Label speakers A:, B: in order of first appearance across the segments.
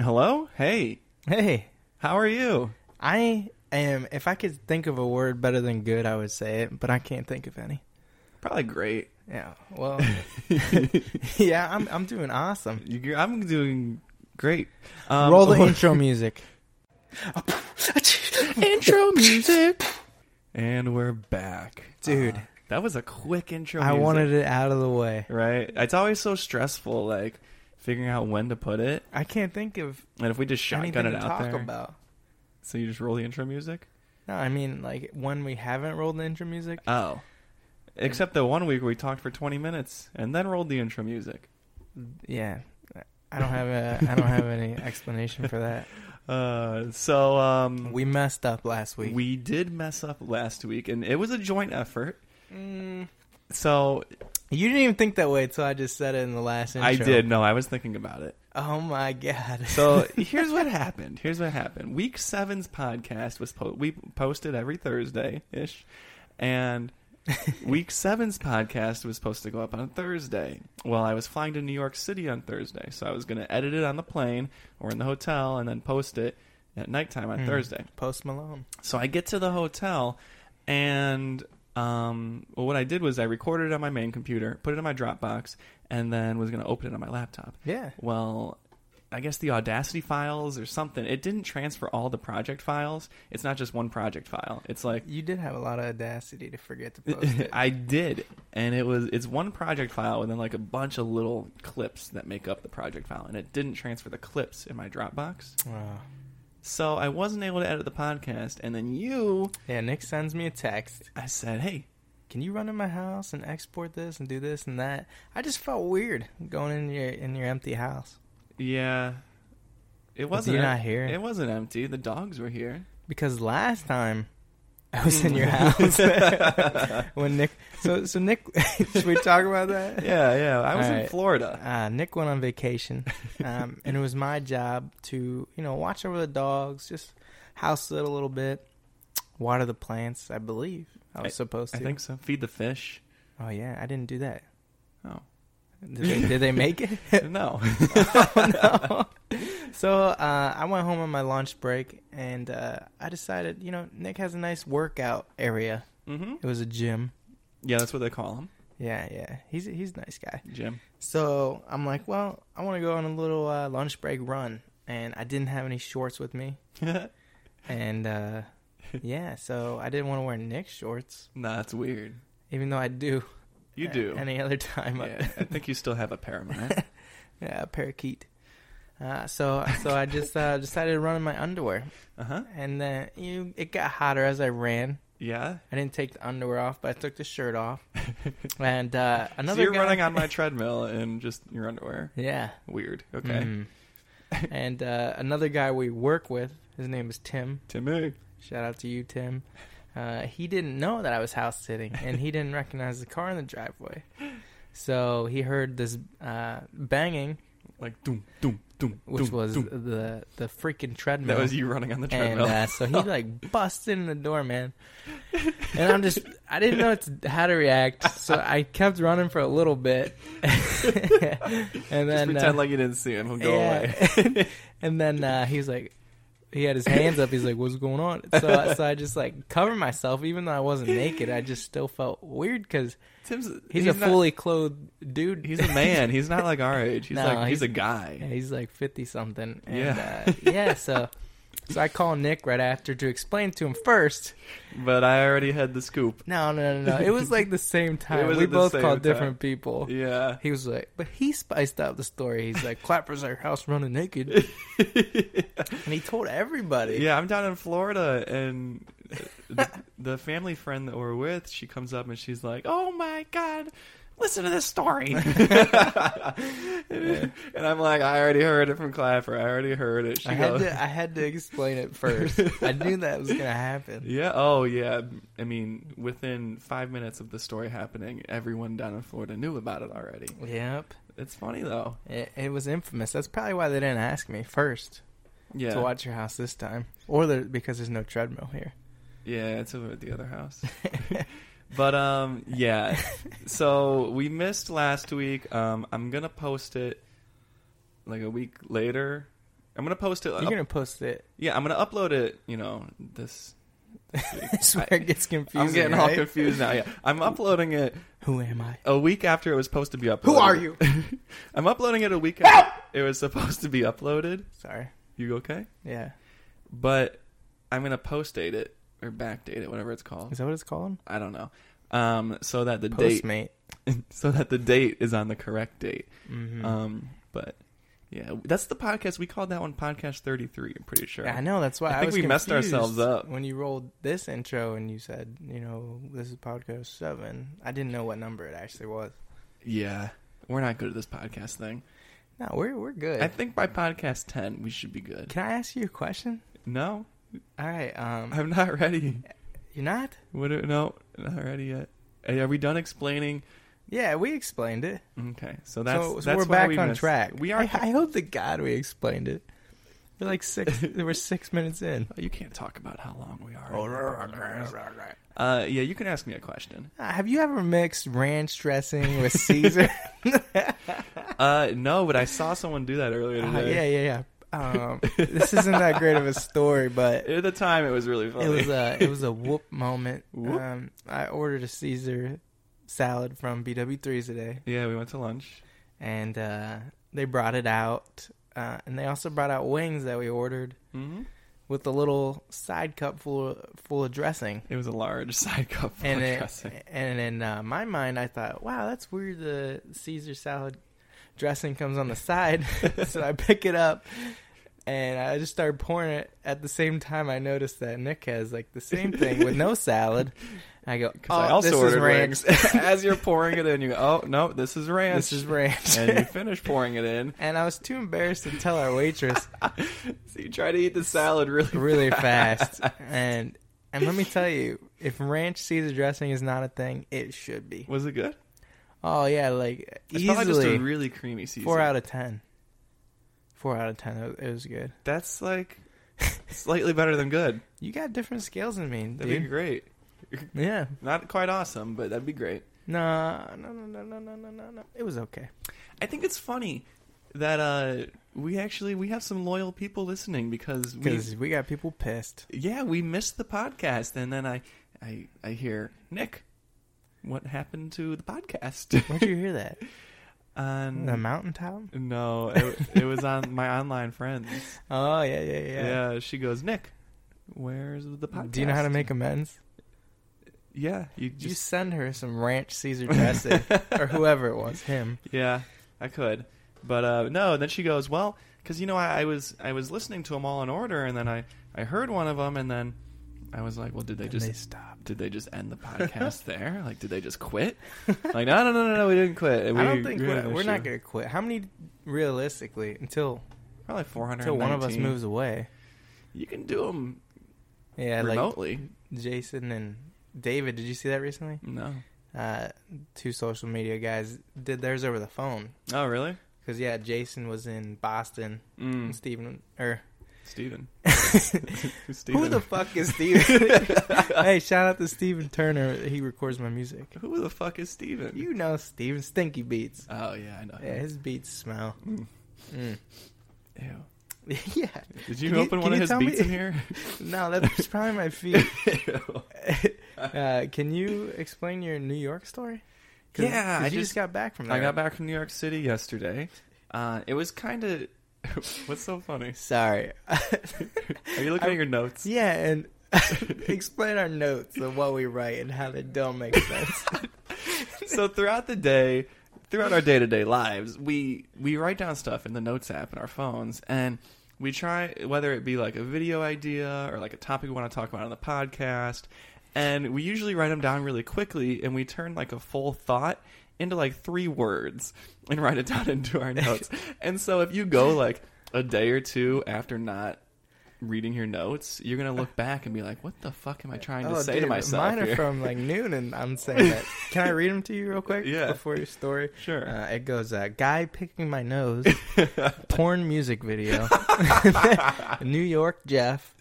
A: Hello? Hey,
B: Hey,
A: how are you?
B: I am. If I could think of a word better than good, I would say it, but I can't think of any.
A: Probably great.
B: Yeah. Well. yeah, I'm. I'm doing awesome.
A: You, I'm doing great. Um,
B: Roll the
A: or-
B: intro music.
A: intro music. And we're back.
B: Dude.
A: Uh, that was a quick intro
B: I
A: music,
B: wanted it out of the way.
A: Right? It's always so stressful, like, figuring out when to put it.
B: I can't think of
A: And if we just
B: anything
A: shotgun it
B: to
A: out
B: talk
A: there.
B: about.
A: So you just roll the intro music?
B: No, I mean like when we haven't rolled the intro music.
A: Oh. Except the one week we talked for 20 minutes and then rolled the intro music.
B: Yeah. I don't have a. I don't have any explanation for that.
A: Uh, so, um...
B: We messed up last week.
A: We did mess up last week, and it was a joint effort.
B: Mm,
A: So
B: you didn't even think that way until I just said it in the last intro.
A: I did. No, I was thinking about it.
B: Oh my god.
A: So here's what happened. Here's what happened. Week seven's podcast was po- we posted every Thursday ish, and week seven's podcast was supposed to go up on Thursday. Well, I was flying to New York City on Thursday, so I was going to edit it on the plane or in the hotel, and then post it at nighttime on
B: Hmm.
A: Thursday.
B: Post Malone.
A: So I get to the hotel, and um, well, what I did was I recorded it on my main computer, put it in my Dropbox, and then was going to open it on my laptop.
B: Yeah.
A: Well, I guess the Audacity files or something. It didn't transfer all the project files. It's not just one project file. It's like
B: You did have a lot of audacity to forget to post it.
A: I did, and it was it's one project file and then like a bunch of little clips that make up the project file, and it didn't transfer the clips in my Dropbox.
B: Wow.
A: So I wasn't able to edit the podcast, and then you,
B: Yeah, Nick sends me a text.
A: I said, hey.
B: Can you run in my house and export this and do this and that? I just felt weird going in your in your empty house
A: Yeah. It wasn't
B: you're
A: em-
B: not here.
A: It wasn't empty. The dogs were here.
B: because last time I was in your house when Nick. So so Nick, should we talk about that?
A: Yeah, yeah. I was in
B: Alright.
A: Florida.
B: Uh, Nick went on vacation, um, and it was my job to, you know, watch over the dogs, just house sit a little bit, water the plants. I believe I was supposed
A: I
B: to.
A: think so. Feed the fish.
B: Oh yeah, I didn't do that.
A: Oh.
B: Did they, did they make it?
A: No.
B: Oh, no. So uh, I went home on my lunch break, and uh, I decided, you know, Nick has a nice workout area.
A: hmm
B: It was a gym.
A: Yeah, that's what they call him.
B: Yeah, yeah, he's he's a nice guy.
A: Jim.
B: So I'm like, well, I want to go on a little uh, lunch break run, and I didn't have any shorts with me,
A: nah,
B: and uh, yeah, so I didn't want to wear Nick's shorts,
A: that's weird.
B: even though I do.
A: You
B: a-
A: do.
B: Any other time,
A: yeah, I think you still have a pair of mine.
B: yeah, parakeet. Uh, so so I just uh, decided to run in my underwear,
A: Uh-huh.
B: and then you it got hotter as I ran.
A: Yeah.
B: I didn't take the underwear off, but I took the shirt off, and uh, another
A: so you're
B: guy-
A: running on my treadmill in just your underwear.
B: yeah.
A: Weird. Okay.
B: Mhm. and uh, another guy we work with, his name is Tim.
A: Timmy.
B: Shout out to you, Tim. Uh, he didn't know that I was house sitting, and he didn't recognize the car in the driveway. So he heard this uh, banging,
A: Like doom doom doom.
B: which
A: doom,
B: was
A: doom.
B: the the freaking treadmill.
A: That was you running on the
B: and
A: treadmill.
B: uh, so he like busted in the door, man. And I'm just, I didn't know it's, how to react, so I kept running for a little bit, and
A: just
B: then
A: pretend
B: uh,
A: like you didn't see him. He'll go away.
B: and then uh, he was like, he had his hands up. He's like, "What's going on?" So, so I just like covered myself, even though I wasn't naked. I just still felt weird because
A: Tim's
B: he's, a
A: not-
B: fully clothed dude.
A: He's a man. He's not like our age. He's
B: No,
A: like he's,
B: he's-
A: a
B: Yeah,
A: guy.
B: he's like fifty something. And,
A: Yeah.
B: uh, yeah. So, so I call Nick right after to explain to him first.
A: But I already had the scoop.
B: No, no, no, no. It was like the same time.
A: was
B: we
A: at the
B: both
A: same
B: called
A: time.
B: different people.
A: Yeah.
B: He was like, but he spiced up the story. He's like, Clapper's at your house running naked. and he told everybody.
A: Yeah, I'm down in Florida and the, the family friend that we're with, she comes up and she's like, "Oh my god, listen to this story." And I'm like, "I already heard it from Clapper. I already heard it." She
B: I had
A: goes,
B: to I had to explain it first. I knew that was gonna happen.
A: "Yeah, oh yeah. I mean, within 5 minutes of the story happening, everyone down in Florida knew about it already."
B: Yep,
A: It's funny though.
B: it, it was infamous. That's probably why they didn't ask me first
A: Yeah.
B: to watch your house this time, or there, because there's no treadmill here.
A: Yeah, it's over at the other house. but um, yeah. So we missed last week. Um, I'm gonna post it like a week later I'm gonna post it.
B: You're gonna post it.
A: yeah, I'm gonna upload it. You know this.
B: That's where it gets confusing.
A: I'm getting all
B: right?
A: confused now. Yeah, I'm uploading it
B: Who am I?
A: a week after it was supposed to be uploaded.
B: Who are you?
A: I'm uploading it a week after it was supposed to be uploaded.
B: Sorry.
A: You okay?
B: Yeah.
A: But I'm gonna post date it or backdate it, whatever it's called.
B: Is that what it's called?
A: I don't know. Um, so that the date,
B: Postmate.
A: so that the date is on the correct date.
B: Mm-hmm.
A: Um, but yeah, that's the podcast. We called that one podcast 33. I'm pretty sure.
B: I know. That's
A: I
B: why I,
A: think
B: was
A: we messed
B: confused
A: ourselves up.
B: when you rolled this intro and you said, you know, this is podcast seven. I didn't know what number it actually was.
A: Yeah, we're not good at this podcast thing.
B: No, we're we're good.
A: I think by podcast 10 we should be good.
B: Can I ask you a question?
A: No,
B: All right. Um,
A: I'm not ready.
B: you're not.
A: What? Are, no, not ready yet. Hey, Are we done explaining?
B: Yeah, we explained it.
A: Okay, so that's
B: so, so
A: that's
B: we're
A: why
B: back
A: we
B: on
A: missed-
B: track.
A: We are.
B: I, I hope to God we explained it. We're like six. we're six minutes in.
A: Oh, you can't talk about how long we are.
B: Uh,
A: Uh, yeah, you can ask me a question.
B: Have you ever mixed ranch dressing with Caesar?
A: Uh, no, but I saw someone do that earlier
B: Uh, yeah,
A: today.
B: yeah, yeah. Um, this isn't that great of a story, but
A: At the time, it was really funny.
B: it was a it was a whoop moment.
A: Whoop.
B: Um, I ordered a Caesar salad from BW3 today,
A: yeah, we went to lunch.
B: and uh, they brought it out, uh, and they also brought out wings that we ordered
A: hmm
B: with a little side cup full full of dressing.
A: It was a large side cup full
B: And
A: of
B: it-
A: dressing.
B: And in uh, my mind, I thought, wow, that's weird. The Caesar salad dressing comes on the side. so I pick it up and I just started pouring it. At the same time, I noticed that Nick has like the same thing with no salad. I go, oh,
A: 'Cause I also
B: this is
A: ordered
B: ranch.
A: wings. As you're pouring it in, you go, "Oh no, this is ranch."
B: this is ranch.
A: and you finish pouring it in,
B: and I was too embarrassed to tell our waitress
A: so you try to eat the salad really.
B: really fast. And and let me tell you, if ranch Caesar dressing is not a thing, it should be.
A: Was it good?
B: Oh yeah, like
A: It's
B: easily.
A: probably just a really creamy season.
B: Four out of ten. Four out of ten. It was- It was good.
A: That's like slightly better than good.
B: You got different scales than me,
A: That'd be
B: dude.
A: great.
B: Yeah.
A: Not quite awesome, but that'd be great.
B: No, no, no, no, no, no, no, no, no. It was okay.
A: I think it's funny that uh, we actually we have some loyal people listening because we
B: Because we got people pissed.
A: yeah we missed the podcast and then I I I hear Nick, what happened to the podcast?
B: Where'd you hear that?
A: on
B: the mountaintop?
A: no, it, it was on my online friends.
B: Oh, yeah, yeah, yeah.
A: Yeah. she goes Nick, where's the podcast?
B: Do you know how to make amends?
A: Yeah, you
B: You
A: just
B: send her some ranch Caesar dressing, or whoever it was, him.
A: Yeah, I could, but uh, no. Then she goes, well, because you know, I, I was I was listening to them all in order, and then I I heard one of them, and then I was like, well, did they
B: And
A: just
B: they stopped.
A: did they just end the podcast there? Like, did they just quit? Like, no, no, no, no, no, we didn't quit. We
B: I don't think
A: we had
B: we're,
A: an
B: we're not
A: issue.
B: going to quit. How many, realistically, until
A: probably four hundred.
B: until one of us moves away?
A: you can do them
B: Yeah,
A: remotely.
B: like Jason and David. Did you see that recently?
A: no.
B: uh, two social media guys did theirs over the phone.
A: Oh, really?
B: Because, yeah, Jason was in Boston. And
A: Mm,
B: Steven, or
A: Steven. Steven.
B: who the fuck is Steven? hey, shout out to Steven Turner. He records my music.
A: who the fuck is Steven?
B: You know Steven Stinky Beats.
A: Oh yeah, I know.
B: Yeah, his beats smell.
A: Mm.
B: Mm.
A: Ew.
B: yeah.
A: Did you
B: Can you-
A: open
B: can
A: one of
B: you
A: his
B: tell me-
A: beats in here?
B: No, that's probably my feet. uh, can you explain your New York story? 'Cause-
A: Yeah,
B: 'cause
A: I
B: you just,
A: just-
B: got back from there.
A: I got back from New York City yesterday. Uh, it was kind of. What's so funny?
B: Sorry.
A: Are you looking
B: I-
A: at your notes?
B: Yeah, and explain our notes of what we write and how they don't make sense.
A: So throughout the day, throughout our day to day lives, we we write down stuff in the notes app in our phones, and we try whether it be like a video idea or like a topic we want to talk about on the podcast, and we usually write them down really quickly, and we turn like a full thought into like three words and write it down into our notes. and so if you go like a day or two after not reading your notes, you're gonna look back and be like, "What the fuck am I trying to
B: Oh,
A: say to
B: dude,
A: myself?"
B: Mine are
A: here?"
B: from like noon, and I'm saying that. Can I read them to you real quick?
A: Yeah.
B: Before your story,
A: Sure.
B: Uh, it goes: uh, guy picking my nose, porn music video, New York Jeff,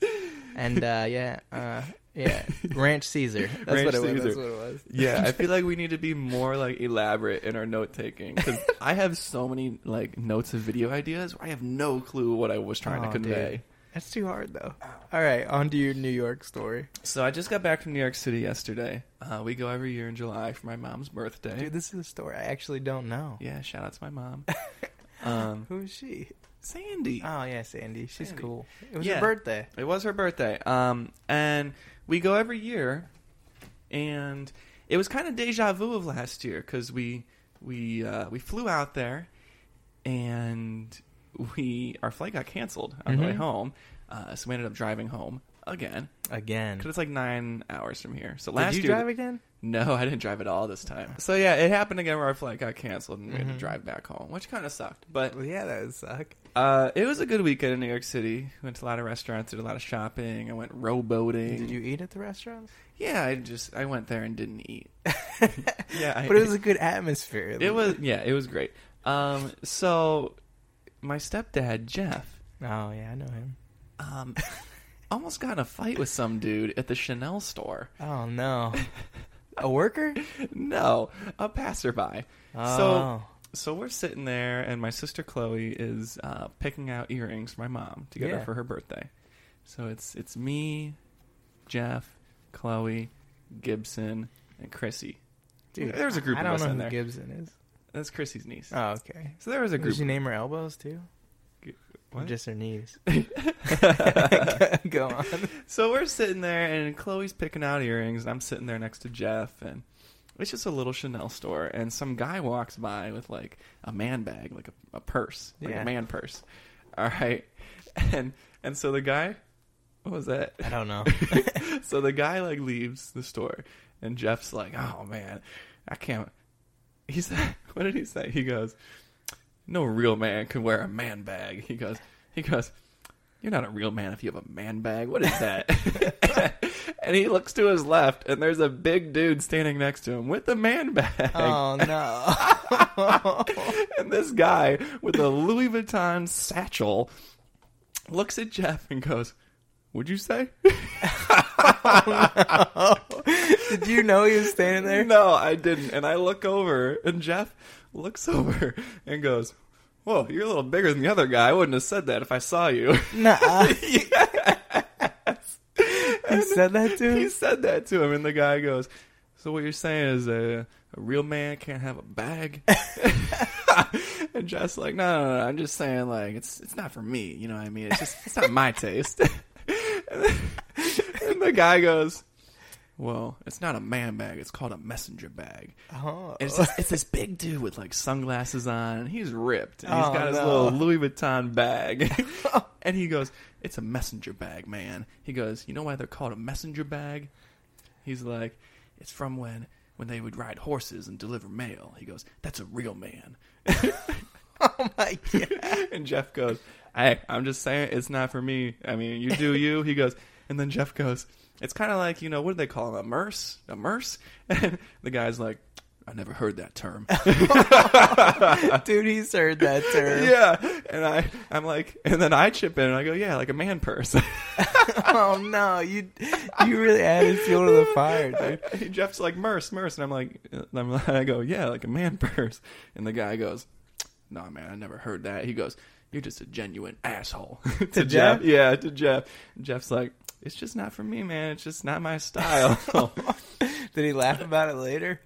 B: and uh, yeah, uh, Yeah, Ranch Caesar. That's
A: Ranch
B: what it was.
A: Caesar.
B: That's what it was.
A: Yeah, I feel like we need to be more like elaborate in our note taking because I have so many like notes of video ideas where I have no clue what I was trying to
B: Aw, Oh, dude.
A: convey.
B: That's too hard though. All right, on to your New York story.
A: So I just got back from New York City yesterday. Uh, we go every year in July for my mom's birthday.
B: Dude, this is a story I actually don't know.
A: yeah, shout out to my mom. um,
B: Who is she?
A: Sandy.
B: Oh yeah, Sandy. She's
A: Sandy.
B: cool. It was
A: Yeah.
B: her birthday.
A: It was her birthday. Um, and we go every year, and it was kind of deja vu of last year because we we uh, we flew out there, and we our flight got canceled on the way
B: Mhm.
A: home, uh, so we ended up driving home again
B: Again.
A: because it's like nine hours from here. So last
B: Did you
A: year,
B: drive again?
A: no, I didn't drive at all this time. So yeah, it happened again where our flight got canceled and we had to
B: Mhm.
A: drive back home, which kind of sucked. But
B: Well, yeah, that would suck.
A: uh, it was a good weekend in New York City. Went to a lot of restaurants, did a lot of shopping. I went rowboating.
B: Did you eat at the restaurants?
A: Yeah, I just I went there and didn't eat. Yeah, I-
B: but it was a good atmosphere.
A: It was yeah, it was great. Um, so my stepdad Jeff,
B: Oh yeah, I know him.
A: um, almost got in a fight with some dude at the Chanel store.
B: Oh no, a worker.
A: No, a passerby. So
B: Oh.
A: so we're sitting there, and my sister Chloe is uh, picking out earrings for my mom to get her
B: Yeah.
A: for her birthday. So it's it's me, Jeff, Chloe, Gibson, and Chrissy.
B: dude,
A: there's a group
B: I
A: of
B: don't
A: us
B: know
A: in
B: who
A: there.
B: Gibson is.
A: That's Chrissy's niece.
B: Oh okay.
A: So there was a group.
B: Did you name her elbows too? Or
A: What?
B: Just her knees.
A: Just-
B: Go on.
A: so we're sitting there, and Chloe's picking out earrings, and I'm sitting there next to Jeff, and it's just a little Chanel store, and some guy walks by with like a man bag, like a, a purse, like
B: Yeah.
A: a man purse. All right, and and so the guy, what was that?
B: I don't know.
A: so the guy like leaves the store, and Jeff's like, "Oh man, I can't." He said, "What did he say?" He goes, "No real man can wear a man bag." He goes, "He goes, you're not a real man if you have a man bag. What is that?" and he looks to his left, and there's a big dude standing next to him with a man bag.
B: Oh no.
A: And this guy with a Louis Vuitton satchel looks at Jeff and goes, "Would you say?"
B: Did you know he was standing there?
A: No, I didn't. And I look over, and Jeff looks over and goes, "Whoa, you're a little bigger than the other guy. I wouldn't have said that if I saw you."
B: Nah. He
A: And
B: said that to
A: He
B: him?
A: said that to him, and the guy goes, "So what you're saying is a, a real man can't have a bag?" and Jeff's like, no, "No, no, no. I'm just saying like it's it's not for me. You know what I mean? It's just it's not my taste." and, then, and the guy goes. Well, it's not a man bag. It's called a messenger bag.
B: Oh.
A: And it's this, it's this big dude with like sunglasses on, and he's ripped, and he's
B: Oh,
A: got his
B: no.
A: little Louis Vuitton bag, and he goes, "It's a messenger bag, man." He goes, "You know why they're called a messenger bag?" He's like, "It's from when when they would ride horses and deliver mail." He goes, "That's a real man."
B: oh my god.
A: and Jeff goes, "Hey, I'm just saying it's not for me. I mean, you do you." He goes, and then Jeff goes, "It's kind of like you know what do they call them? A merce? A merce?" And the guy's like, "I never heard that term."
B: Dude, he's heard that term.
A: yeah, and I I'm like, and then I chip in and I go, "Yeah, like a man purse."
B: Oh no, you you really added fuel to the fire, dude.
A: Jeff's like, "Merce, merce," and I'm like, and I'm like, I go, "Yeah, like a man purse," and the guy goes, "Nah, man, I never heard that." He goes, "You're just a genuine asshole." to,
B: Jeff?
A: yeah, to Jeff. Jeff's like, "It's just not for me, man. It's just not my style."
B: Did he laugh about it later?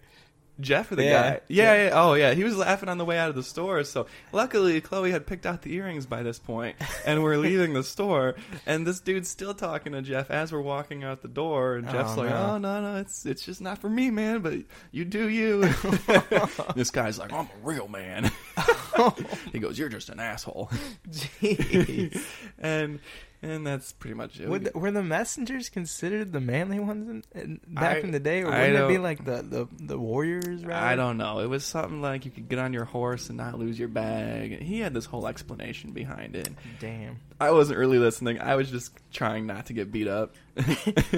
A: Jeff or the
B: Yeah.
A: guy? Yeah, yeah, Oh, yeah. He was laughing on the way out of the store. So luckily, Chloe had picked out the earrings by this point, and we're leaving the store. And this dude's still talking to Jeff as we're walking out the door. And Jeff's
B: Oh,
A: like,
B: no.
A: "Oh no, no, it's it's just not for me, man. But you do you." this guy's like, "I'm a real man." he goes, "You're just an asshole."
B: Jeez.
A: and and that's pretty much it.
B: Would the- were the messengers considered the manly ones in, in, back
A: I-
B: in the day, or
A: I
B: wouldn't it be
A: don't-
B: like the the, the warriors? Right?
A: I don't know. It was something like you could get on your horse and not lose your bag. He had this whole explanation behind it.
B: Damn.
A: I wasn't really listening. I was just trying not to get beat up.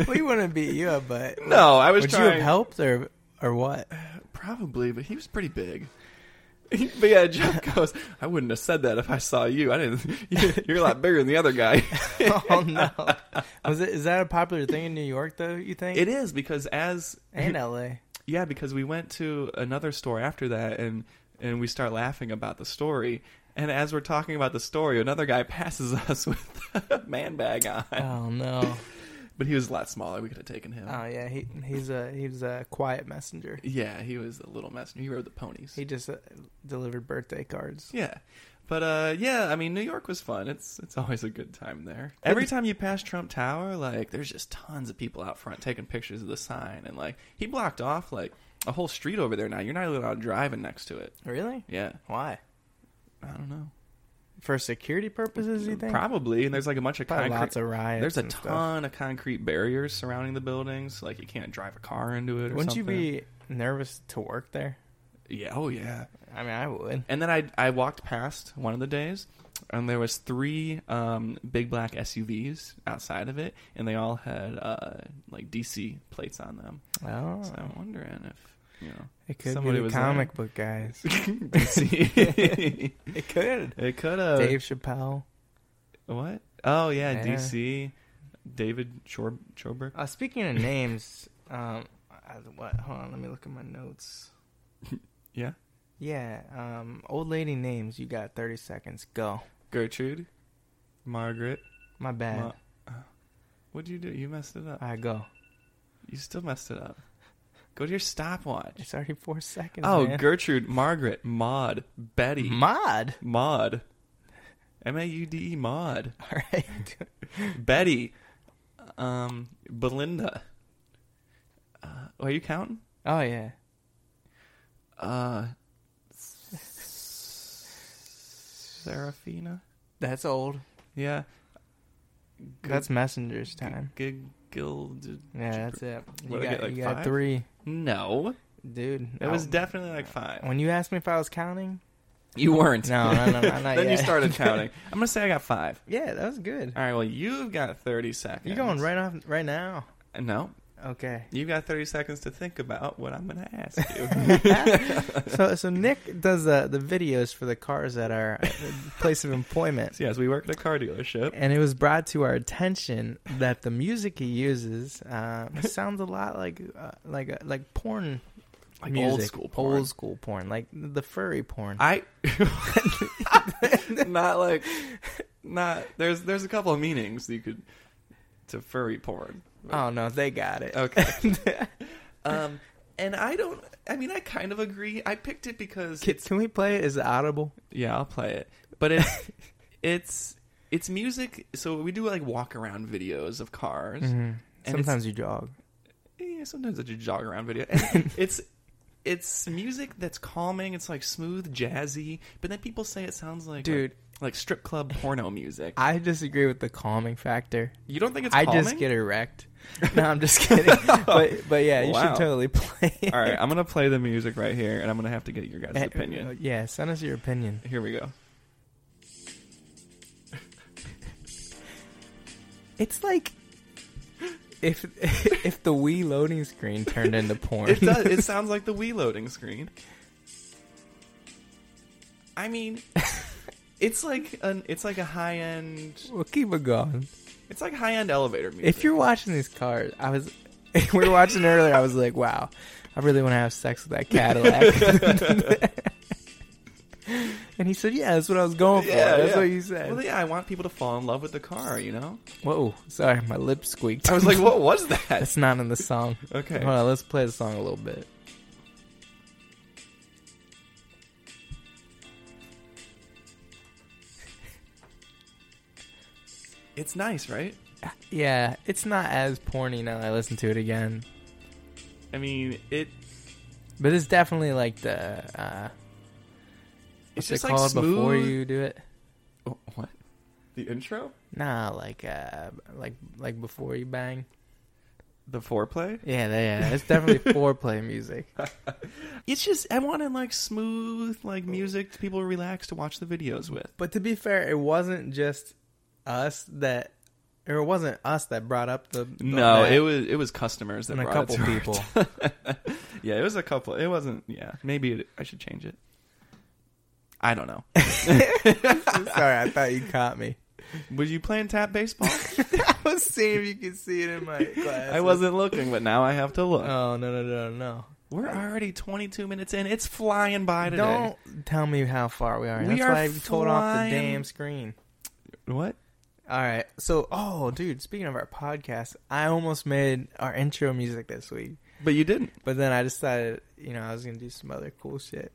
B: we wouldn't beat you up, but
A: no, I was
B: would you
A: trying
B: have helped or or what?
A: probably, but he was pretty big. but yeah, Jeff goes, I wouldn't have said that if I saw you. I didn't. You're a lot bigger than the other guy.
B: oh no. Was it? Is that a popular thing in New York though? You think?
A: it is because as
B: and L.A.
A: yeah, because we went to another store after that, and and we start laughing about the story. And as we're talking about the story, another guy passes us with a man bag on.
B: Oh no.
A: But he was a lot smaller. We could have taken him.
B: Oh yeah. He he's a he's a quiet messenger.
A: yeah, he was a little messenger. He rode the ponies.
B: He just uh, delivered birthday cards.
A: Yeah. But uh, yeah, I mean, New York was fun. It's it's always a good time there. Every time you pass Trump Tower, like there's just tons of people out front taking pictures of the sign, and like he blocked off like a whole street over there now. You're not allowed driving next to it.
B: Really?
A: Yeah,
B: Why?
A: I don't know.
B: For security purposes, you think?
A: Probably. And there's like a bunch of
B: Probably
A: concrete.
B: lots of riots.
A: there's a
B: and stuff.
A: ton of concrete barriers surrounding the buildings. Like you can't drive a car into it. Or
B: Wouldn't you
A: something.
B: be nervous to work there?
A: Yeah. Oh yeah.
B: I mean, I would.
A: And then I I walked past one of the days, and there was three um, big black SUVs outside of it, and they all had uh, like DC plates on them.
B: Oh,
A: So I'm wondering if you know
B: it could
A: somebody
B: be the
A: was there.
B: comic book guys.
A: DC.
B: It could.
A: it could have
B: Dave Chappelle.
A: what? Oh yeah,
B: Yeah.
A: DC. David Chor- Chorber.
B: Uh, speaking of names, um, I, what? Hold on, let me look at my notes.
A: Yeah,
B: Yeah, um, old lady names. You got thirty seconds. Go.
A: Gertrude, Margaret.
B: My bad.
A: Ma- what did you do? You messed it up.
B: I go.
A: You still messed it up. Go to your stopwatch.
B: It's already four seconds.
A: Oh,
B: man.
A: Gertrude, Margaret, Maud, Betty,
B: Mod.
A: Maud, M A U D E, Maud,
B: All right.
A: Betty, um, Belinda. Uh, are you counting?
B: oh yeah.
A: Uh, Seraphina.
B: That's old.
A: Yeah. Good-
B: That's messengers time.
A: Good Gilded.
B: Yeah, that's it. You
A: What, I
B: got,
A: get, like,
B: you got
A: five?
B: three,
A: No,
B: dude.
A: that was
B: oh,
A: definitely like five.
B: When you asked me if I was counting,
A: You weren't.
B: no, no, no, no not
A: then you
B: yet.
A: started counting. I'm gonna say I got five.
B: Yeah, that was good.
A: All right. Well, you've got 30 seconds. Uh,
B: You going right off right now?
A: No,
B: Okay.
A: You've got 30 seconds to think about what I'm going to ask you.
B: So so Nick does uh, the videos for the cars at our uh, place of employment,
A: so, yes, we work at a car dealership.
B: and it was brought to our attention that the music he uses uh, sounds a lot like uh, like uh, like porn,
A: Like
B: music.
A: old school porn.
B: old school porn, like the furry porn.
A: I not like not there's there's a couple of meanings you could to furry porn.
B: oh no, they got it.
A: Okay. um and I don't I mean I kind of agree. I picked it because
B: Can, can we play it? Is it audible?
A: Yeah, I'll play it. But it's it's it's music so we do like walk around videos of cars. Mm-hmm.
B: Mm-hmm.
A: it's-
B: Sometimes you jog.
A: yeah, sometimes I do jog around video. And it's it's music that's calming. It's like smooth, jazzy. But then people say it sounds like
B: Dude.
A: like, like strip club porno music.
B: I disagree with the calming factor.
A: You don't think it's
B: I
A: calming?
B: just get erect. No, I'm just kidding. but but yeah, you
A: Wow.
B: should totally play. It.
A: All right, I'm gonna play the music right here, and I'm gonna have to get your guys'
B: Eh,
A: opinion.
B: Yeah, send us your opinion.
A: Here we go.
B: It's like if if the Wii loading screen turned into porn.
A: It does. It sounds like the Wii loading screen. I mean, it's like an it's like a high end
B: We'll keep it going.
A: it's like high end elevator music.
B: If you're watching these cars, I was we were watching earlier. I was like, wow, I really want to have sex with that Cadillac. and he said, yeah, that's what I was going for.
A: Yeah,
B: that's
A: yeah.
B: what you said.
A: well, yeah, I want people to fall in love with the car. You know,
B: Whoa, sorry, my lip squeaked.
A: I was like, what was that?
B: that's not in the song.
A: Okay.
B: Hold on, let's play the song a little bit.
A: It's nice, right?
B: Yeah, it's not as porny now. that I listen to it again,
A: I mean, it
B: but it's definitely like the uh,
A: it's
B: what's it
A: just like
B: called
A: smooth.
B: before you do it.
A: Oh, what? The intro?
B: Nah, like uh, like like before you bang.
A: The foreplay?
B: Yeah, yeah, it's definitely foreplay music.
A: It's just I wanted like smooth like music to people relax to watch the videos with.
B: But to be fair, it wasn't just us that, or it wasn't us that brought up the. the-
A: No,
B: that,
A: it was it was customers that
B: and a
A: brought it
B: couple
A: to our-
B: people.
A: yeah, it was a couple. It wasn't. Yeah, maybe it, I should change it. I don't know.
B: Sorry, I thought you caught me.
A: Were you playing tap baseball?
B: I was seeing if you could see it in my glasses.
A: I wasn't looking, but now I have to look.
B: Oh no no no no!
A: We're already 22 minutes in. It's flying by today.
B: Don't tell me how far we are.
A: We
B: That's
A: are
B: why I told off the
A: flying-
B: damn screen.
A: What?
B: All right. So, oh, dude, speaking of our podcast, I almost made our intro music this week,
A: But you didn't.
B: but then I decided, you know, I was gonna do some other cool shit.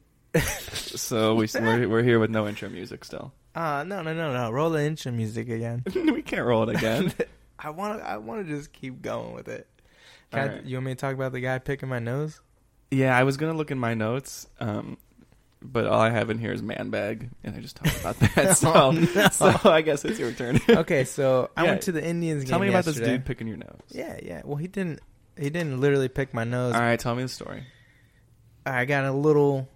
A: So we, we're, we're here with no intro music still.
B: Uh no no no no! Roll the intro music again.
A: we can't roll it again.
B: I want to. I want to just keep going with it. Can
A: All
B: I-
A: right.
B: You want me to talk about the guy picking my nose?
A: yeah, I was going to look in my notes, um, but all I have in here is man bag, and I just talked about that. So,
B: Oh, no.
A: so I guess it's your turn.
B: Okay, so I
A: Yeah.
B: went to the Indians game.
A: tell me about this
B: yesterday.
A: dude picking your nose.
B: Yeah, yeah. Well, he didn't. He didn't literally pick my nose.
A: All right, tell me the story.
B: I got a little.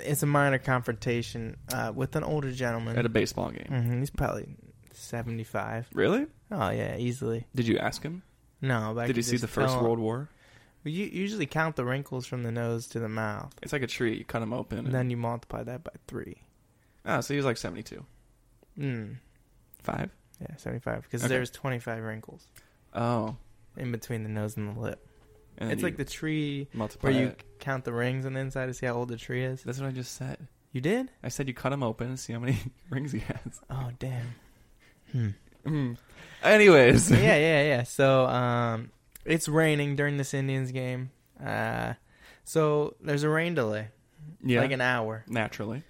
B: It's a minor confrontation uh, with an older gentleman.
A: At a baseball game.
B: hmm he's probably seventy-five.
A: Really?
B: Oh yeah, easily.
A: Did you ask him?
B: No, but I
A: Did you
B: could
A: see
B: just
A: the First
B: tell-
A: World War?
B: We u- usually count the wrinkles from the nose to the mouth,
A: It's like a tree. You cut him open.
B: and
A: And,
B: then you multiply that by three.
A: oh, so he was like 72.
B: Mm,
A: Five?
B: yeah, seventy-five. Because
A: Okay.
B: there's twenty-five wrinkles.
A: Oh.
B: in between the nose and the lip.
A: And
B: it's
A: you
B: like the tree
A: multiply.
B: where you
A: it.
B: count the rings on the inside to see how old the tree is.
A: That's what I just said.
B: You did?
A: I said you cut him open and see how many rings he has.
B: Oh damn. Hmm.
A: Mm. Anyways.
B: yeah, yeah, yeah. So um, it's raining during this Indians game. Uh, so there's a rain delay,
A: Yeah.
B: like an hour.
A: naturally.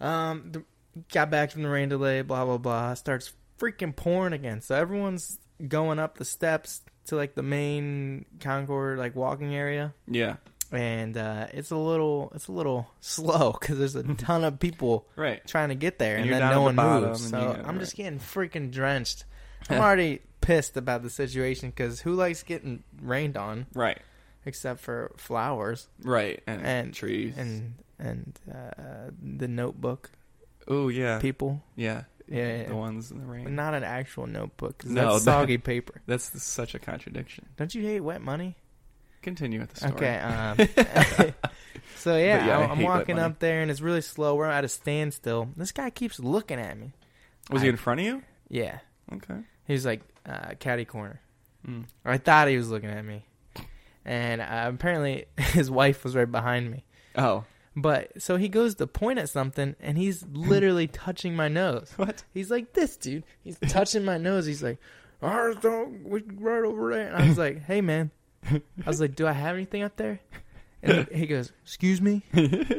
B: Um, the, got back from the rain delay. Blah blah blah. Starts freaking pouring again. So everyone's going up the steps to like the main Concord like walking area.
A: Yeah.
B: and uh, it's a little it's a little slow because there's a ton of people
A: Right.
B: trying to get there,
A: And
B: and,
A: you're
B: then
A: down
B: no
A: at
B: one
A: the bottom,
B: moves.
A: and you
B: So
A: gotta-
B: I'm just getting freaking drenched. I'm already pissed about the situation because who likes getting rained on
A: Right.
B: except for flowers
A: Right. And,
B: And-
A: trees.
B: and and uh, the Notebook
A: oh yeah.
B: people?
A: yeah.
B: Yeah, yeah,
A: The ones in the
B: yeah.
A: rain.
B: not an actual notebook. 'cause
A: No,
B: that's
A: that-
B: soggy paper.
A: That's such a contradiction.
B: Don't you hate wet money?
A: Continue with the story.
B: Okay. Um, so yeah,
A: But yeah, I
B: I'm, I'm
A: hate wet
B: walking
A: money.
B: up there and it's really slow. We're at a standstill. This guy keeps looking at me.
A: Was he
B: I-
A: in front of you?
B: Yeah,
A: Okay.
B: he's like uh, caddy corner.
A: Mm.
B: Or I thought he was looking at me, and uh, apparently his wife was right behind me.
A: Oh.
B: But so he goes to point at something and he's literally touching my nose.
A: What?
B: He's like this dude. He's touching my nose. He's like, "Ours don't we right over there." And I was like, "Hey man," I was like, "Do I have anything up there?" And he goes, "Excuse me."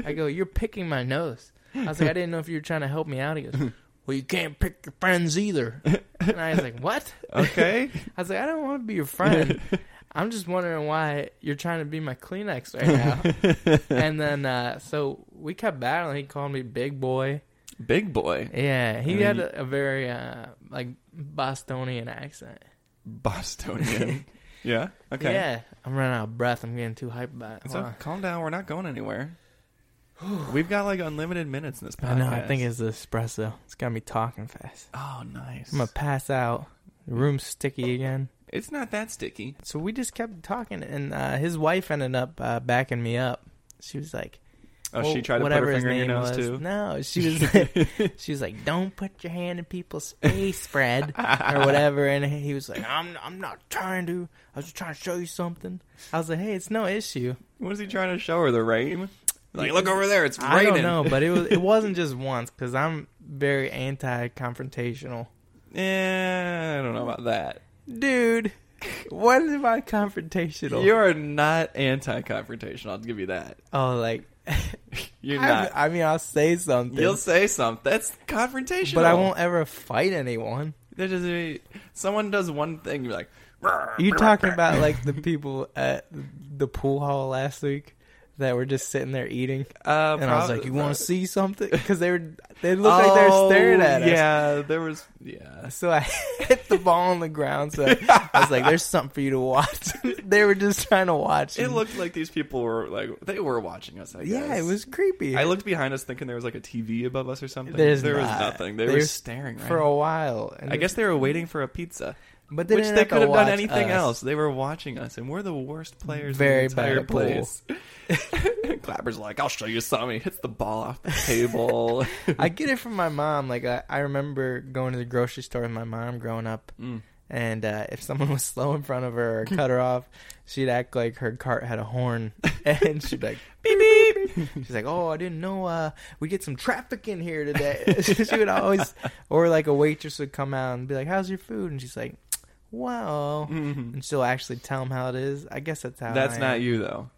B: I go, "You're picking my nose." I was like, "I didn't know if you were trying to help me out." He goes, "Well, you can't pick your friends either." And I was like, "What?"
A: Okay.
B: I was like, "I don't want to be your friend. I'm just wondering why you're trying to be my Kleenex right now." and then, uh, so we kept battling. He called me big boy.
A: Big boy.
B: Yeah, he
A: And
B: had
A: then
B: a, a very uh, like Bostonian accent.
A: Bostonian. yeah. Okay.
B: Yeah, I'm running out of breath. I'm getting too hyped about it.
A: It's
B: Hold
A: okay.
B: on.
A: calm down. We're not going anywhere. We've got like unlimited minutes in this podcast.
B: I know. I think it's the espresso. It's got me talking fast.
A: Oh, nice.
B: I'm gonna pass out. The room's sticky again.
A: It's not that sticky.
B: So we just kept talking, and uh, his wife ended up uh, backing me up. She was like,
A: Oh,
B: well,
A: she tried to put
B: whatever
A: her
B: his
A: finger in your
B: name
A: nose
B: was.
A: too.
B: No, she was like, she was like, "Don't put your hand in people's face, Fred, or whatever." And he was like, "I'm I'm not trying to. I was just trying to show you something." I was like, "Hey, it's no issue."
A: What is he trying to show her? The rain? Like, look over there. It's raining.
B: I don't know, but it was it wasn't just once because I'm very anti-confrontational,
A: Yeah, I don't know about that.
B: dude. What am I confrontational?
A: You are not anti-confrontational. I'll give you that.
B: oh, like
A: You're
B: I,
A: not.
B: I mean, I'll say something,
A: You'll say something. That's confrontational.
B: but I won't ever fight anyone.
A: That doesn't mean- someone does one thing. You're like,
B: You talking about like the people at the pool hall last week that were just sitting there eating,
A: Uh,
B: and I was
A: prob-
B: like, "You want to see something?" Because they were they looked like they were staring
A: Oh,
B: at us.
A: Yeah, there was. Yeah.
B: So I hit the ball on the ground. So I was like, "There's something for you to watch." they were just trying to watch.
A: It
B: and-
A: looked like these people were like they were watching us. I guess.
B: yeah, it was creepy.
A: I looked behind us thinking there was like a TV above us or something.
B: There's
A: there was
B: not.
A: nothing. They
B: They
A: were
B: were
A: staring. Right
B: for a while. And
A: I guess they were waiting for a pizza.
B: But they
A: Which
B: didn't
A: they
B: have to
A: could have done
B: watch
A: anything
B: us.
A: else. They were watching us, and we're the worst players
B: Very
A: in the entire
B: bad at pool.
A: place. Clapper's like, "I'll show you something." He hits the ball off the table.
B: I get it from my mom. Like I, I remember going to the grocery store with my mom growing up,
A: Mm.
B: and uh, if someone was slow in front of her or cut her off, she'd act like her cart had a horn, and she'd be like beep beep. She's like, "Oh, I didn't know uh, we get some traffic in here today." she would always, or like a waitress would come out and be like, "How's your food?" And she's like, "Wow."
A: Mhm.
B: And she'll actually tell them how it is. I guess that's how.
A: That's
B: I
A: not
B: am.
A: you though.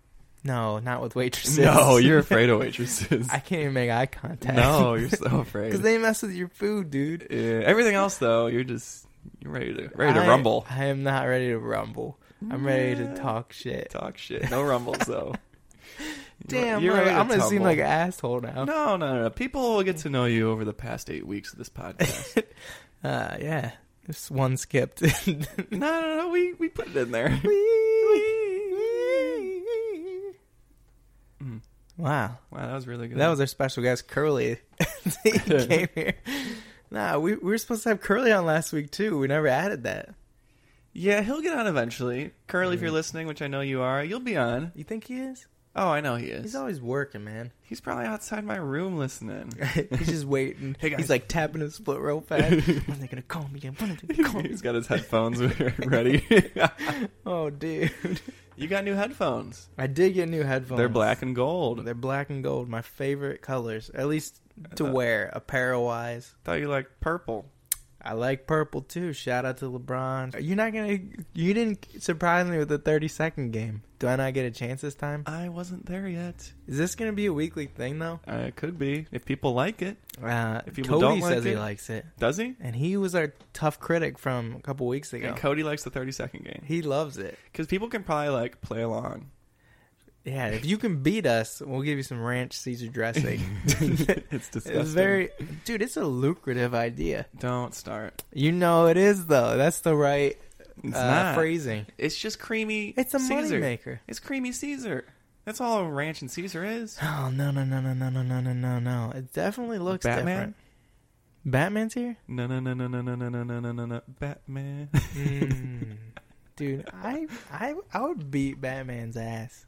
B: No, not with waitresses.
A: No, you're afraid of waitresses.
B: I can't even make eye contact.
A: no, you're so afraid.
B: because they mess with your food, dude.
A: Yeah, everything else though, you're just you're ready to ready to
B: I-
A: rumble.
B: I am not ready to rumble. I'm ready to
A: Yeah.
B: talk shit.
A: Talk shit. No rumbles though.
B: Damn,
A: You're
B: look,
A: ready to
B: I'm gonna seem
A: tumble.
B: like an asshole now.
A: No, no, no. People will get to know you over the past eight weeks of this podcast.
B: Uh, yeah, this one skipped.
A: no, no, no. We we put it in there. Mm.
B: wow,
A: Wow, that was really good.
B: that was our special guest, Curly. he came here. Nah, we, we were supposed to have Curly on last week too. We never added that.
A: yeah. He'll get on eventually. Curly, if you're listening, which I know you are, you'll be on.
B: You think he is?
A: Oh, I know he is.
B: He's always working, man.
A: He's probably outside my room listening.
B: He's just waiting.
A: Hey, guys.
B: He's like tapping his foot real fast. when are they gonna call me? When are they gonna call me?
A: He's got his headphones ready.
B: Oh, dude,
A: you got new headphones.
B: I did get new headphones.
A: They're black and gold.
B: They're black and gold, my favorite colors, at least to
A: thought-
B: wear apparel wise.
A: Thought you liked purple.
B: I like purple too. Shout out to LeBron. You're not gonna. You didn't surprise me with the 30 second game. Do I not get a chance this time?
A: I wasn't there yet.
B: Is this gonna be a weekly thing though?
A: Uh, it could be if people like it.
B: Uh,
A: If people
B: Cody
A: don't like
B: says he
A: it-
B: likes it,
A: Does he?
B: and he was our tough critic from a couple weeks ago.
A: And Cody likes the 30 second game
B: He loves it.
A: because people can probably like play along.
B: Yeah, if you can beat us, we'll give you some ranch Caesar dressing.
A: it's disgusting.
B: it's very, dude. It's a lucrative idea.
A: Don't start.
B: You know it is though. That's the right
A: It's
B: uh,
A: not.
B: phrasing.
A: It's just creamy.
B: It's a
A: Caesar.
B: moneymaker.
A: It's creamy Caesar. That's all ranch and Caesar is.
B: Oh no no no no no no no no no no! It definitely looks
A: Batman?
B: different. Batman's here,
A: No, no, no, no, no, no, no, no, no, no, no, no. Batman.
B: mm. dude. I I I would beat Batman's ass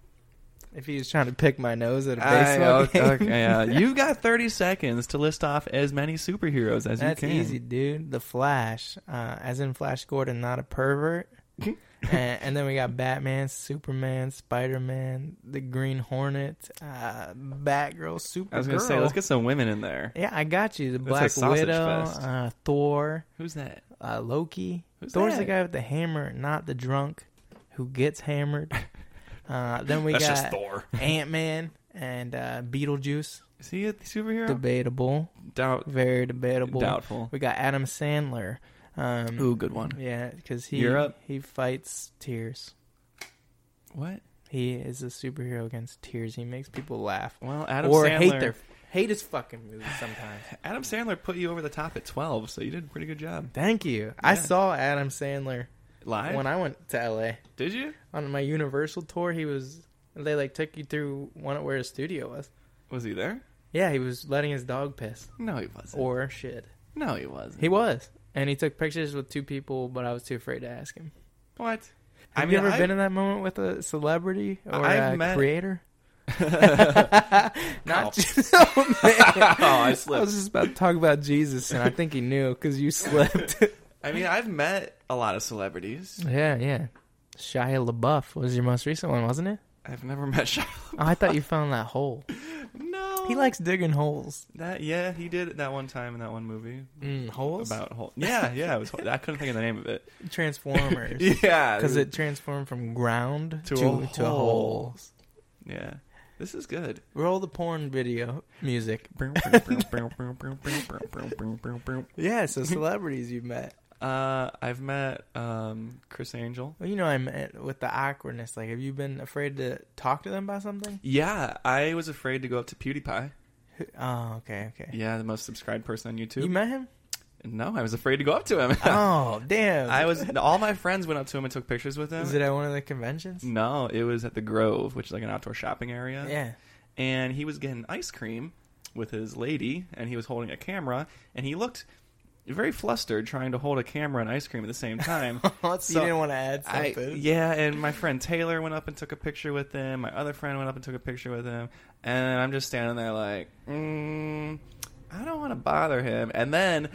B: if he was trying to pick my nose at a
A: I,
B: baseball
A: okay,
B: game.
A: okay, yeah. You've got 30 seconds to list off as many superheroes as
B: That's
A: you can.
B: easy, dude. The Flash, uh, as in Flash Gordon, not a pervert. and, and then we got Batman, Superman, Spider Man, the Green Hornet, uh, Batgirl, Supergirl.
A: I was going to say, let's get some women in there.
B: Yeah, I got you. The
A: That's
B: Black
A: a sausage
B: Widow,
A: fest.
B: uh, Thor,
A: Who's that?
B: uh, Loki.
A: Who's
B: Thor's
A: that?
B: the guy with the hammer, not the drunk who gets hammered. Uh, then we
A: That's just
B: got
A: Thor.
B: Ant Man and uh, Beetlejuice.
A: Is he a superhero?
B: Debatable,
A: Doubt,
B: very debatable.
A: doubtful.
B: We got Adam Sandler. Um,
A: Ooh, good one.
B: Yeah, because he
A: You're up.
B: he fights tears.
A: What?
B: He is a superhero against tears. He makes people laugh
A: Well, Adam
B: or
A: Sandler.
B: hate their hate his fucking movies sometimes.
A: Adam Sandler put you over the top at 12, so you did a pretty good job.
B: Thank you. I
A: Yeah.
B: saw Adam Sandler
A: Live?
B: when I went to LA
A: did you?
B: on my Universal tour. He was they like took you through one where his studio was.
A: Was he there?
B: Yeah, he was letting his dog piss
A: No, he wasn't.
B: or shit.
A: no, he wasn't.
B: He was, and he took pictures with two people, but I was too afraid to ask him.
A: what?
B: Have
A: I
B: you
A: mean,
B: ever
A: I-
B: been in that moment with a celebrity or
A: I've
B: a
A: met-
B: creator?
A: Ow.
B: Not Jesus. Oh, man.
A: I
B: I
A: slipped.
B: was just about to talk about Jesus, and I think he knew because you slipped.
A: I mean, I've met a lot of celebrities.
B: yeah, yeah. Shia LaBeouf was your most recent one, wasn't it?
A: I've never met Shia.
B: Oh, I thought you found that hole.
A: No.
B: He likes digging holes.
A: that. Yeah, he did it that one time in that one movie
B: Mm, holes?
A: about whole. Yeah, yeah. It was, I couldn't think of the name of it.
B: Transformers.
A: Yeah,
B: Because it transformed from ground
A: To
B: to,
A: a
B: to, a,
A: hole.
B: hole.
A: Yeah, this is good.
B: Roll the porn video music. Yeah, so celebrities you've met.
A: uh, I've met um, Chris Angel.
B: Well, you know, I meant with the awkwardness. Like, have you been afraid to talk to them about something?
A: Yeah, I was afraid to go up to PewDiePie.
B: Oh, okay, okay.
A: Yeah, the most subscribed person on YouTube.
B: You met him?
A: no, I was afraid to go up to him.
B: oh, damn.
A: I was. All my friends went up to him and took pictures with him.
B: Is it at one of the conventions?
A: No, it was at the Grove, which is like an outdoor shopping area.
B: Mm, Yeah.
A: And he was getting ice cream with his lady, and he was holding a camera, and he looked very flustered trying to hold a camera and ice cream at the same time.
B: so,
A: So,
B: you didn't want to add
A: I-
B: something.
A: yeah, and my friend Taylor went up and took a picture with him. My other friend went up and took a picture with him, and I'm just standing there like, mm, I don't want to bother him. And then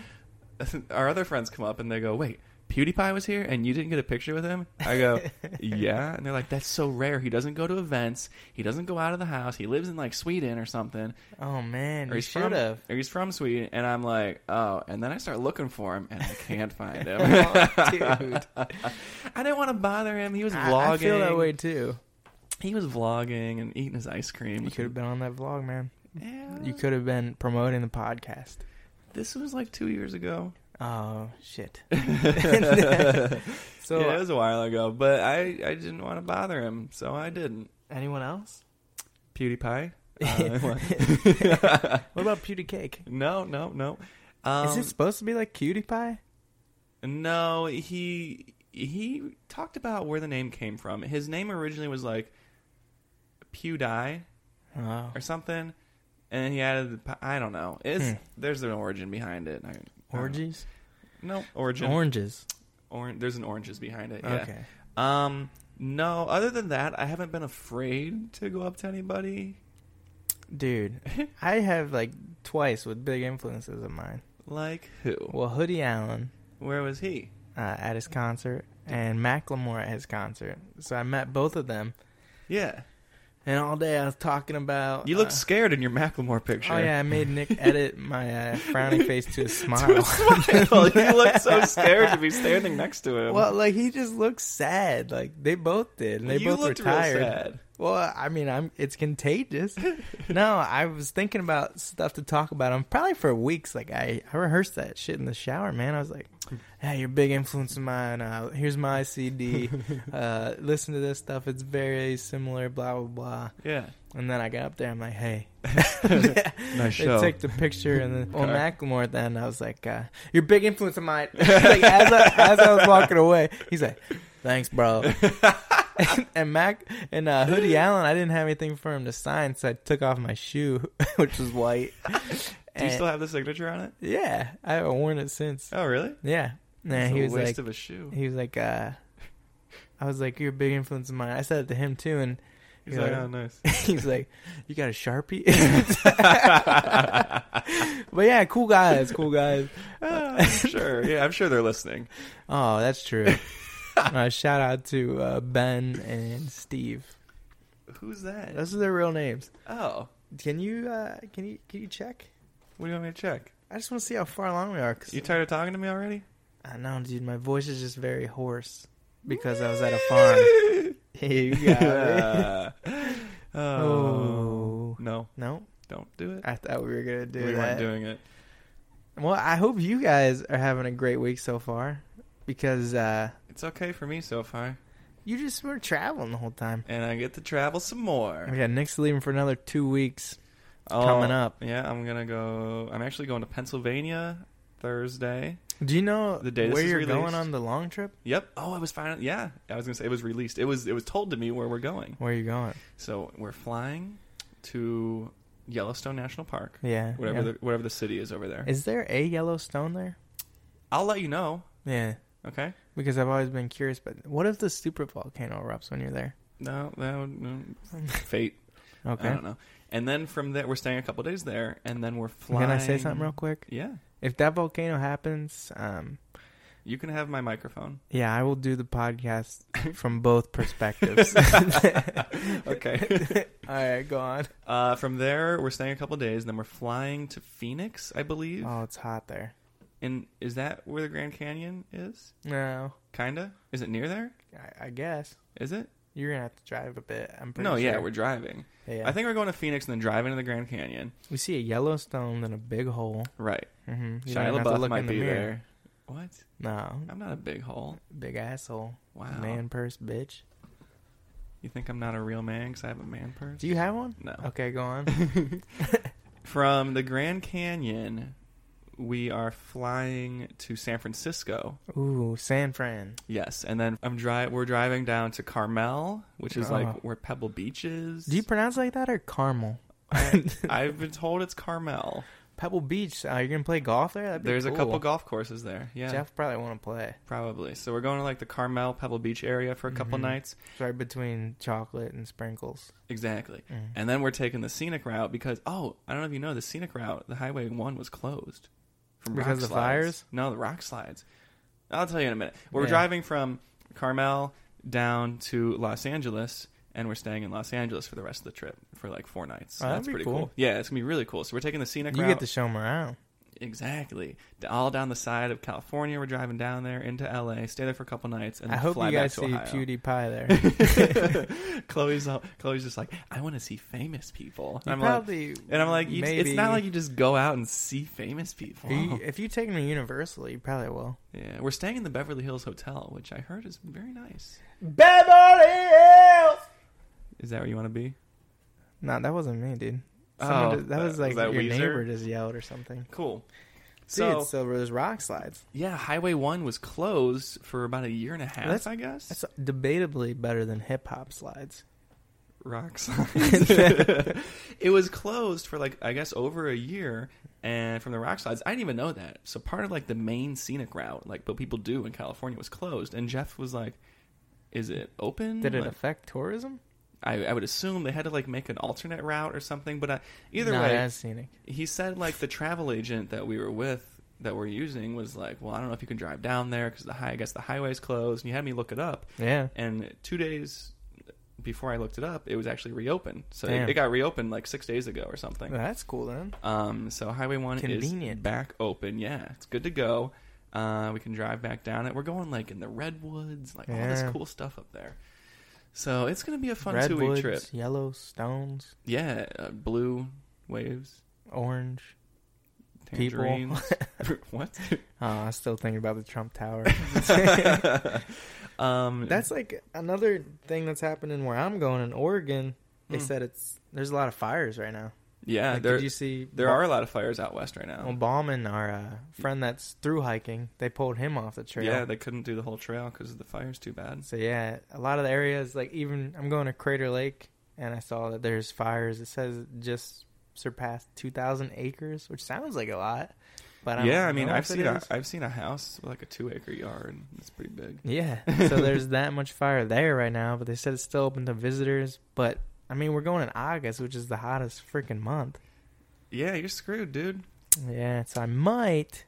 A: our other friends come up and they go, wait. PewDiePie was here and you didn't get a picture with him? I go, yeah. And they're like, that's so rare. He doesn't go to events. He doesn't go out of the house. He lives in like Sweden or something
B: Oh man,
A: or
B: you
A: he's from
B: should have.
A: or he's from Sweden, and I'm like, oh, and then I start looking for him, and I can't find him.
B: Oh, dude.
A: I didn't want to bother him. He was
B: I,
A: vlogging.
B: I feel that way too.
A: He was vlogging and eating his ice cream.
B: You could have been on that vlog, man.
A: Yeah,
B: You could have been promoting the podcast.
A: This was like two years ago.
B: Oh shit.
A: So
B: so
A: yeah, it was a while ago, but I I didn't want to bother him, so I didn't.
B: uh, anyone else?
A: PewDiePie. Uh, what?
B: what about Pewdie Cake?
A: no, no, no. Um,
B: Is it supposed to be like Cutie Pie?
A: No, he he talked about where the name came from. His name originally was like PewDie
B: Oh.
A: or something, and he added the pi- I don't know. It's
B: Hmm.
A: there's an origin behind it. I- I, don't know.
B: Orgies?
A: No origin.
B: Oranges.
A: Oran- there's an oranges behind it. Yeah.
B: Okay.
A: Um. No. Other than that, I haven't been afraid to go up to anybody.
B: Dude, I have like twice with big influences of mine.
A: Like who?
B: Well, Hoodie Allen
A: Where was he?
B: uh, at his concert and Macklemore at his concert. So I met both of them.
A: Yeah.
B: And all day I was talking about.
A: You looked
B: uh,
A: scared in your Macklemore picture.
B: Oh yeah, I made Nick edit my uh, frowny face to a smile.
A: To a smile. you looked so scared to be standing next to him.
B: Well, like he just looks sad. Like they both did. And they
A: you
B: both were
A: looked real
B: tired.
A: sad.
B: Well, I mean, I'm it's contagious. no, I was thinking about stuff to talk about. I'm probably for weeks. Like I, I rehearsed that shit in the shower, man. I was like, "Yeah, you're a big influence of mine. Uh, here's my CD. Uh, listen to this stuff. It's very similar. Blah blah blah."
A: Yeah.
B: And then I got up there. I'm like, "Hey,
A: Nice
B: They took the picture and then well,
A: Okay.
B: Macklemore. Then I was like, uh, "You're a big influence of mine." like as I, as I was walking away, he's like, "Thanks, bro." and, and Mac and uh, Hoodie Allen, I didn't have anything for him to sign, so I took off my shoe, which was white.
A: Do you
B: And-
A: still have the signature on it?
B: yeah, I haven't worn it since.
A: Oh, really?
B: Yeah, nah,
A: It's
B: he
A: a
B: was
A: waste
B: like,
A: of a shoe.
B: he was like, uh, I was like, "You're a big influence of mine." I said it to him too, and
A: He's
B: you
A: like,
B: know,
A: oh, nice.
B: He's like, "You got a sharpie?"
A: "Oh,
B: but yeah, cool guys, cool guys.
A: Ah, I'm sure. Yeah, I'm sure they're listening.
B: Oh, that's true. uh, shout out to uh, Ben and Steve.
A: Who's that?
B: Those are their real names.
A: Oh,
B: Can you uh, can you can you check?
A: what do you want me to check?
B: I just want to see how far along we are. Cause
A: You tired of talking to me already?
B: I know, dude, my voice is just very hoarse because I was at a farm. you got it.
A: oh.
B: Oh.
A: No,
B: No,
A: don't do it.
B: I thought we were gonna do
A: we
B: that.
A: weren't doing it.
B: Well, I hope you guys are having a great week so far because uh,
A: It's okay for me so far,
B: you just were traveling the whole time.
A: and I get to travel some more.
B: Yeah, Nick's leaving for another two weeks.
A: Oh,
B: Coming up.
A: Yeah, I'm gonna go. I'm actually going to Pennsylvania Thursday.
B: Do you know
A: The day this
B: where
A: is
B: you're going
A: released?
B: on the long trip?
A: Yep. Oh, I was finding. Yeah, I was gonna say it was released. It was. It was told to me where we're going.
B: Where are you going?
A: So we're flying to Yellowstone National Park,
B: Yeah.
A: whatever
B: yeah.
A: the whatever the city is over there.
B: Is there a Yellowstone there?
A: I'll let you know.
B: Yeah.
A: Okay.
B: Because I've always been curious, but what if the super volcano erupts when you're there?
A: No, that would, no, fate.
B: Okay.
A: I don't know. And then from there, we're staying a couple days there, and then we're flying.
B: Can I say something real quick?
A: Yeah,
B: If that volcano happens, um,
A: you can have my microphone.
B: yeah, I will do the podcast from both perspectives.
A: Okay.
B: All right, go on.
A: Uh, from there, we're staying a couple days, and then we're flying to Phoenix, I believe.
B: Oh, it's hot there.
A: And is that where the Grand Canyon is?
B: No,
A: Kinda. Is it near there?
B: I, I guess
A: Is it?
B: you're gonna have to drive a bit. I'm pretty
A: no.
B: sure.
A: Yeah, we're driving.
B: Yeah.
A: I think we're going to Phoenix and then driving to the Grand Canyon.
B: we see a Yellowstone and a big hole.
A: Right.
B: Mm-hmm. You don't
A: Shia
B: even have to
A: LaBeouf
B: look
A: might
B: in the
A: be
B: mirror.
A: there. What?
B: No,
A: I'm not a big hole.
B: big asshole,
A: Wow.
B: man purse, bitch.
A: You think I'm not a real man because I have a man purse?
B: Do you have one?
A: no.
B: Okay, go on.
A: From the Grand Canyon, we are flying to San Francisco.
B: Ooh, San Fran.
A: Yes, and then I'm dri- We're driving down to Carmel, which is
B: Oh.
A: like where Pebble Beach is.
B: Do you pronounce it like that or caramel?
A: I've been told it's Carmel.
B: Pebble Beach. Uh, you're gonna play golf there? That'd be
A: There's a
B: cool.
A: couple golf courses there. Yeah,
B: Jeff probably want to play.
A: probably. So we're going to like the Carmel Pebble Beach area for a couple
B: Mhm.
A: nights.
B: It's right between chocolate and sprinkles.
A: Exactly.
B: Mm.
A: And then we're taking the scenic route because oh, I don't know if you know the scenic route, the highway one was closed from rock
B: Because of the
A: slides.
B: fires?
A: No, the rock slides. I'll tell you in a minute. We're
B: Yeah.
A: driving from Carmel down to Los Angeles, and we're staying in Los Angeles for the rest of the trip for like four nights. So
B: Oh, that'd
A: that's
B: be
A: pretty
B: cool.
A: Yeah, it's gonna be really cool. So we're taking the scenic
B: You
A: route.
B: get to show them around.
A: Exactly. D- All down the side of California. We're driving down there into LA, stay there for a couple nights, and
B: I
A: then
B: hope
A: fly
B: you guys see
A: back to Ohio.
B: PewDiePie there. You
A: Chloe's all, Chloe's just like, I want to see famous people. And I'm like,
B: probably,
A: and I'm like, you,
B: maybe,
A: it's not like you just go out and see famous people.
B: If you, if you take them to Universal, you probably will.
A: yeah, we're staying in the Beverly Hills Hotel, which I heard is very nice.
B: Beverly Hills.
A: Is that where you want to be?
B: No, that wasn't me, dude.
A: Oh,
B: Someone just- that was
A: that-
B: like
A: was that
B: your
A: Weezer?
B: neighbor just yelled or something.
A: Cool.
B: So,
A: So
B: Dude, so there's rock slides.
A: yeah, Highway One was closed for about a year and a half.
B: That's-
A: I guess
B: That's debatably better than hip hop slides.
A: rock slides. it was closed for like I guess over a year, and from the rock slides, I didn't even know that. So part of like the main scenic route, like what people do in California, was closed. And Jeff was like, "Is it open?"
B: Did it
A: Like,
B: affect tourism?
A: I, I would assume they had to like make an alternate route or something. But I, either
B: Not
A: way,
B: as scenic.
A: he said like the travel agent that we were with that we're using was like, "Well, I don't know if you can drive down there because the high, I guess the highway's closed." And he had me look it up.
B: Yeah.
A: And two days before I looked it up, it was actually reopened. So
B: Damn.
A: it, it got reopened like six days ago or something.
B: That's cool then.
A: Um, so Highway One is
B: Convenient.
A: back open. Yeah, it's good to go. Uh, we can drive back down it. We're going like in the redwoods, like all this
B: Yeah.
A: cool stuff up there. So it's gonna be a fun two
B: Redwoods,
A: week trip.
B: yellow stones,
A: Yeah, uh, blue waves,
B: orange. People.
A: tangerines. what?
B: Oh, I was still thinking about the Trump Tower.
A: um,
B: that's like another thing that's happening where I'm going in Oregon. They
A: Hmm.
B: said it's there's a lot of fires right now.
A: yeah.
B: Like,
A: there,
B: did you see
A: there
B: Bo-
A: are a lot of fires out west right now.
B: Well, Bauman, our uh, friend that's through hiking, they pulled him off the trail.
A: Yeah, they couldn't do the whole trail because the fire's too bad.
B: so yeah, a lot of the areas, like even I'm going to Crater Lake, and I saw that there's fires. It says it just surpassed 2,000 acres, which sounds like a lot, but I
A: yeah,
B: don't
A: I mean,
B: know
A: I've
B: if it
A: seen a,
B: is.
A: I've seen a house with like a two acre yard. It's pretty big.
B: Yeah, so there's that much fire there right now, but they said it's still open to visitors. But I mean, we're going in August, which is the hottest freaking month.
A: Yeah, you're screwed, dude.
B: Yeah, so I might.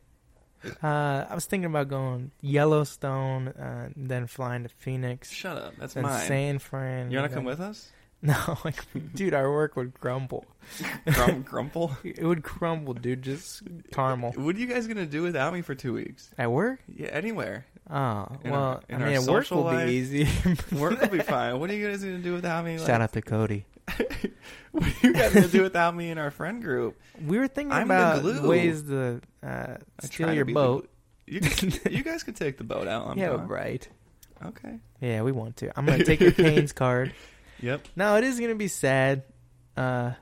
B: Uh, I was thinking about going Yellowstone, uh, then flying to Phoenix,
A: Shut up. That's
B: then
A: mine.
B: San Fran.
A: You want to come
B: then-
A: with us?
B: No, like, dude, our work would crumble.
A: Grum- grumple.
B: It would crumble, dude. Just caramel
A: What are you guys gonna do without me for two weeks?
B: at work.
A: Yeah, anywhere.
B: Oh,
A: In
B: well,
A: our- in
B: I
A: our
B: mean, at work
A: social
B: will
A: life.
B: be easy.
A: Work will be fine. What are you guys gonna do without me? Like,
B: Shout out to Cody.
A: What are you guys gonna do without me in our friend group?
B: We were thinking
A: I'm the
B: about
A: glue.
B: ways to uh,
A: I
B: steal
A: try to
B: your
A: be the-
B: boat.
A: You, can- you guys can take the boat out. I'm
B: yeah,
A: gone.
B: right.
A: Okay.
B: Yeah, we want to. I'm gonna take your Canes card.
A: Yep.
B: No, it is gonna be sad. Uh,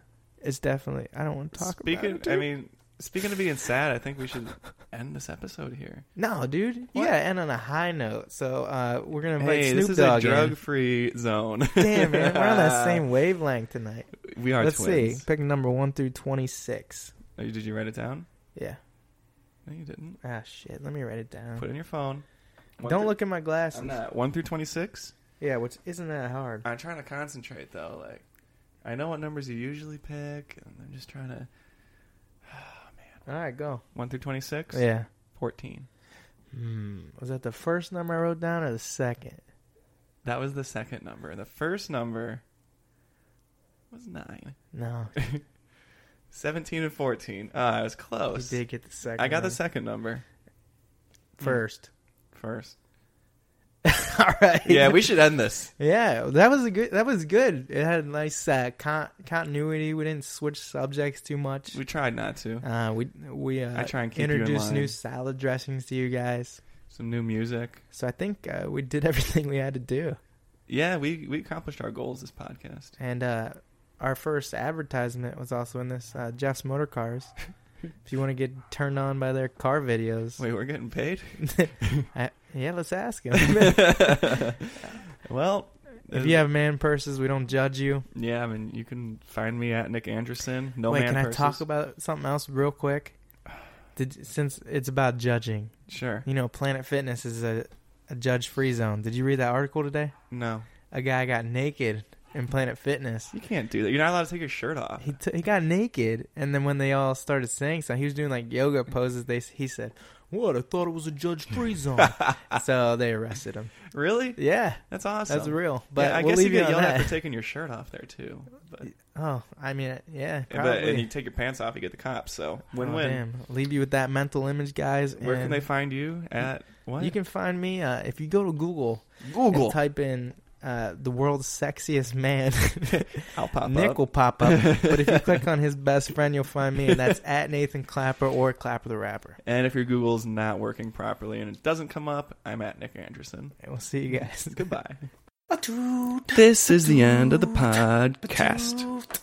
B: it's definitely. I don't want to talk
A: speaking.
B: about it. Dude.
A: I mean, speaking of being sad, I think we should end this episode here.
B: no, dude.
A: What?
B: Yeah, and on a high note. So uh, we're gonna invite
A: hey,
B: Snoop
A: this is
B: Dogg.
A: a drug-free zone.
B: in. Damn, man, we're on that same wavelength tonight.
A: we are
B: Let's
A: twins.
B: see. Pick number one through twenty-six.
A: Oh, Did you write it down?
B: Yeah.
A: No, you didn't.
B: Ah, shit. Let me write it down.
A: Put it in your phone. One
B: don't
A: through-
B: look at my glasses.
A: I'm not. One through twenty-six.
B: Yeah, which isn't that hard.
A: I'm trying to concentrate though. Like, I know what numbers you usually pick, and I'm just trying to. Oh,
B: All right, go.
A: One through twenty-six.
B: Yeah.
A: Fourteen.
B: Hmm. Was that the first number I wrote down or the second?
A: That was the second number. The first number was nine.
B: No.
A: Seventeen and fourteen. Ah, I was
B: You
A: close.
B: did get the second.
A: I got
B: one
A: the second number
B: first.
A: first.
B: All right.
A: Yeah, we should end this.
B: Yeah, that was a good. That was good. It had a nice uh, con- continuity. We didn't switch subjects too much.
A: We tried not to.
B: Uh, we we uh,
A: I try and keep you in
B: introduced new
A: line.
B: salad dressings to you guys.
A: Some new music.
B: So I think uh, we did everything we had to do.
A: Yeah, we we accomplished our goals this podcast.
B: And uh, our first advertisement was also in this uh, Jeff's Motor Cars. if you want to get turned on by their car videos,
A: Wait, we're getting paid.
B: I, yeah, let's ask him.
A: well,
B: If you have man purses, we don't judge you.
A: yeah, I mean, you can find me at Nick Anderson. No
B: Wait,
A: man
B: can
A: purses.
B: I talk about something else real quick? Did since it's about judging,
A: Sure.
B: you know, Planet Fitness is a, a judge-free zone. Did you read that article today?
A: No,
B: A guy got naked in Planet Fitness.
A: you can't do that. You're not allowed to take your shirt off.
B: He t- he got naked, and then when they all started saying something, he was doing like yoga poses. They s- he said, "What? I thought it was a judge-free zone." so they arrested him.
A: Really?
B: Yeah,
A: That's awesome.
B: that's real. But
A: Yeah, I
B: we'll
A: guess you
B: leave it
A: get
B: on
A: yelled
B: that.
A: at for taking your shirt off there too. But,
B: Oh, I mean, yeah,
A: and, but-
B: probably.
A: and you take your pants off, you get the cops. So
B: Oh,
A: win-win.
B: damn. Leave you with that mental image, guys.
A: Where can
B: and
A: they find you at? What?
B: You can find me uh, if you go to Google.
A: Google.
B: And type in uh, the world's sexiest man.
A: I'll pop
B: Nick
A: up.
B: will pop up. but if you click on his best friend, you'll find me, and that's at Nathan Clapper or Clapper the Rapper.
A: And if your Google's not working properly and it doesn't come up, I'm at Nick Anderson.
B: And we'll see you guys.
A: Goodbye. This is the end of the podcast.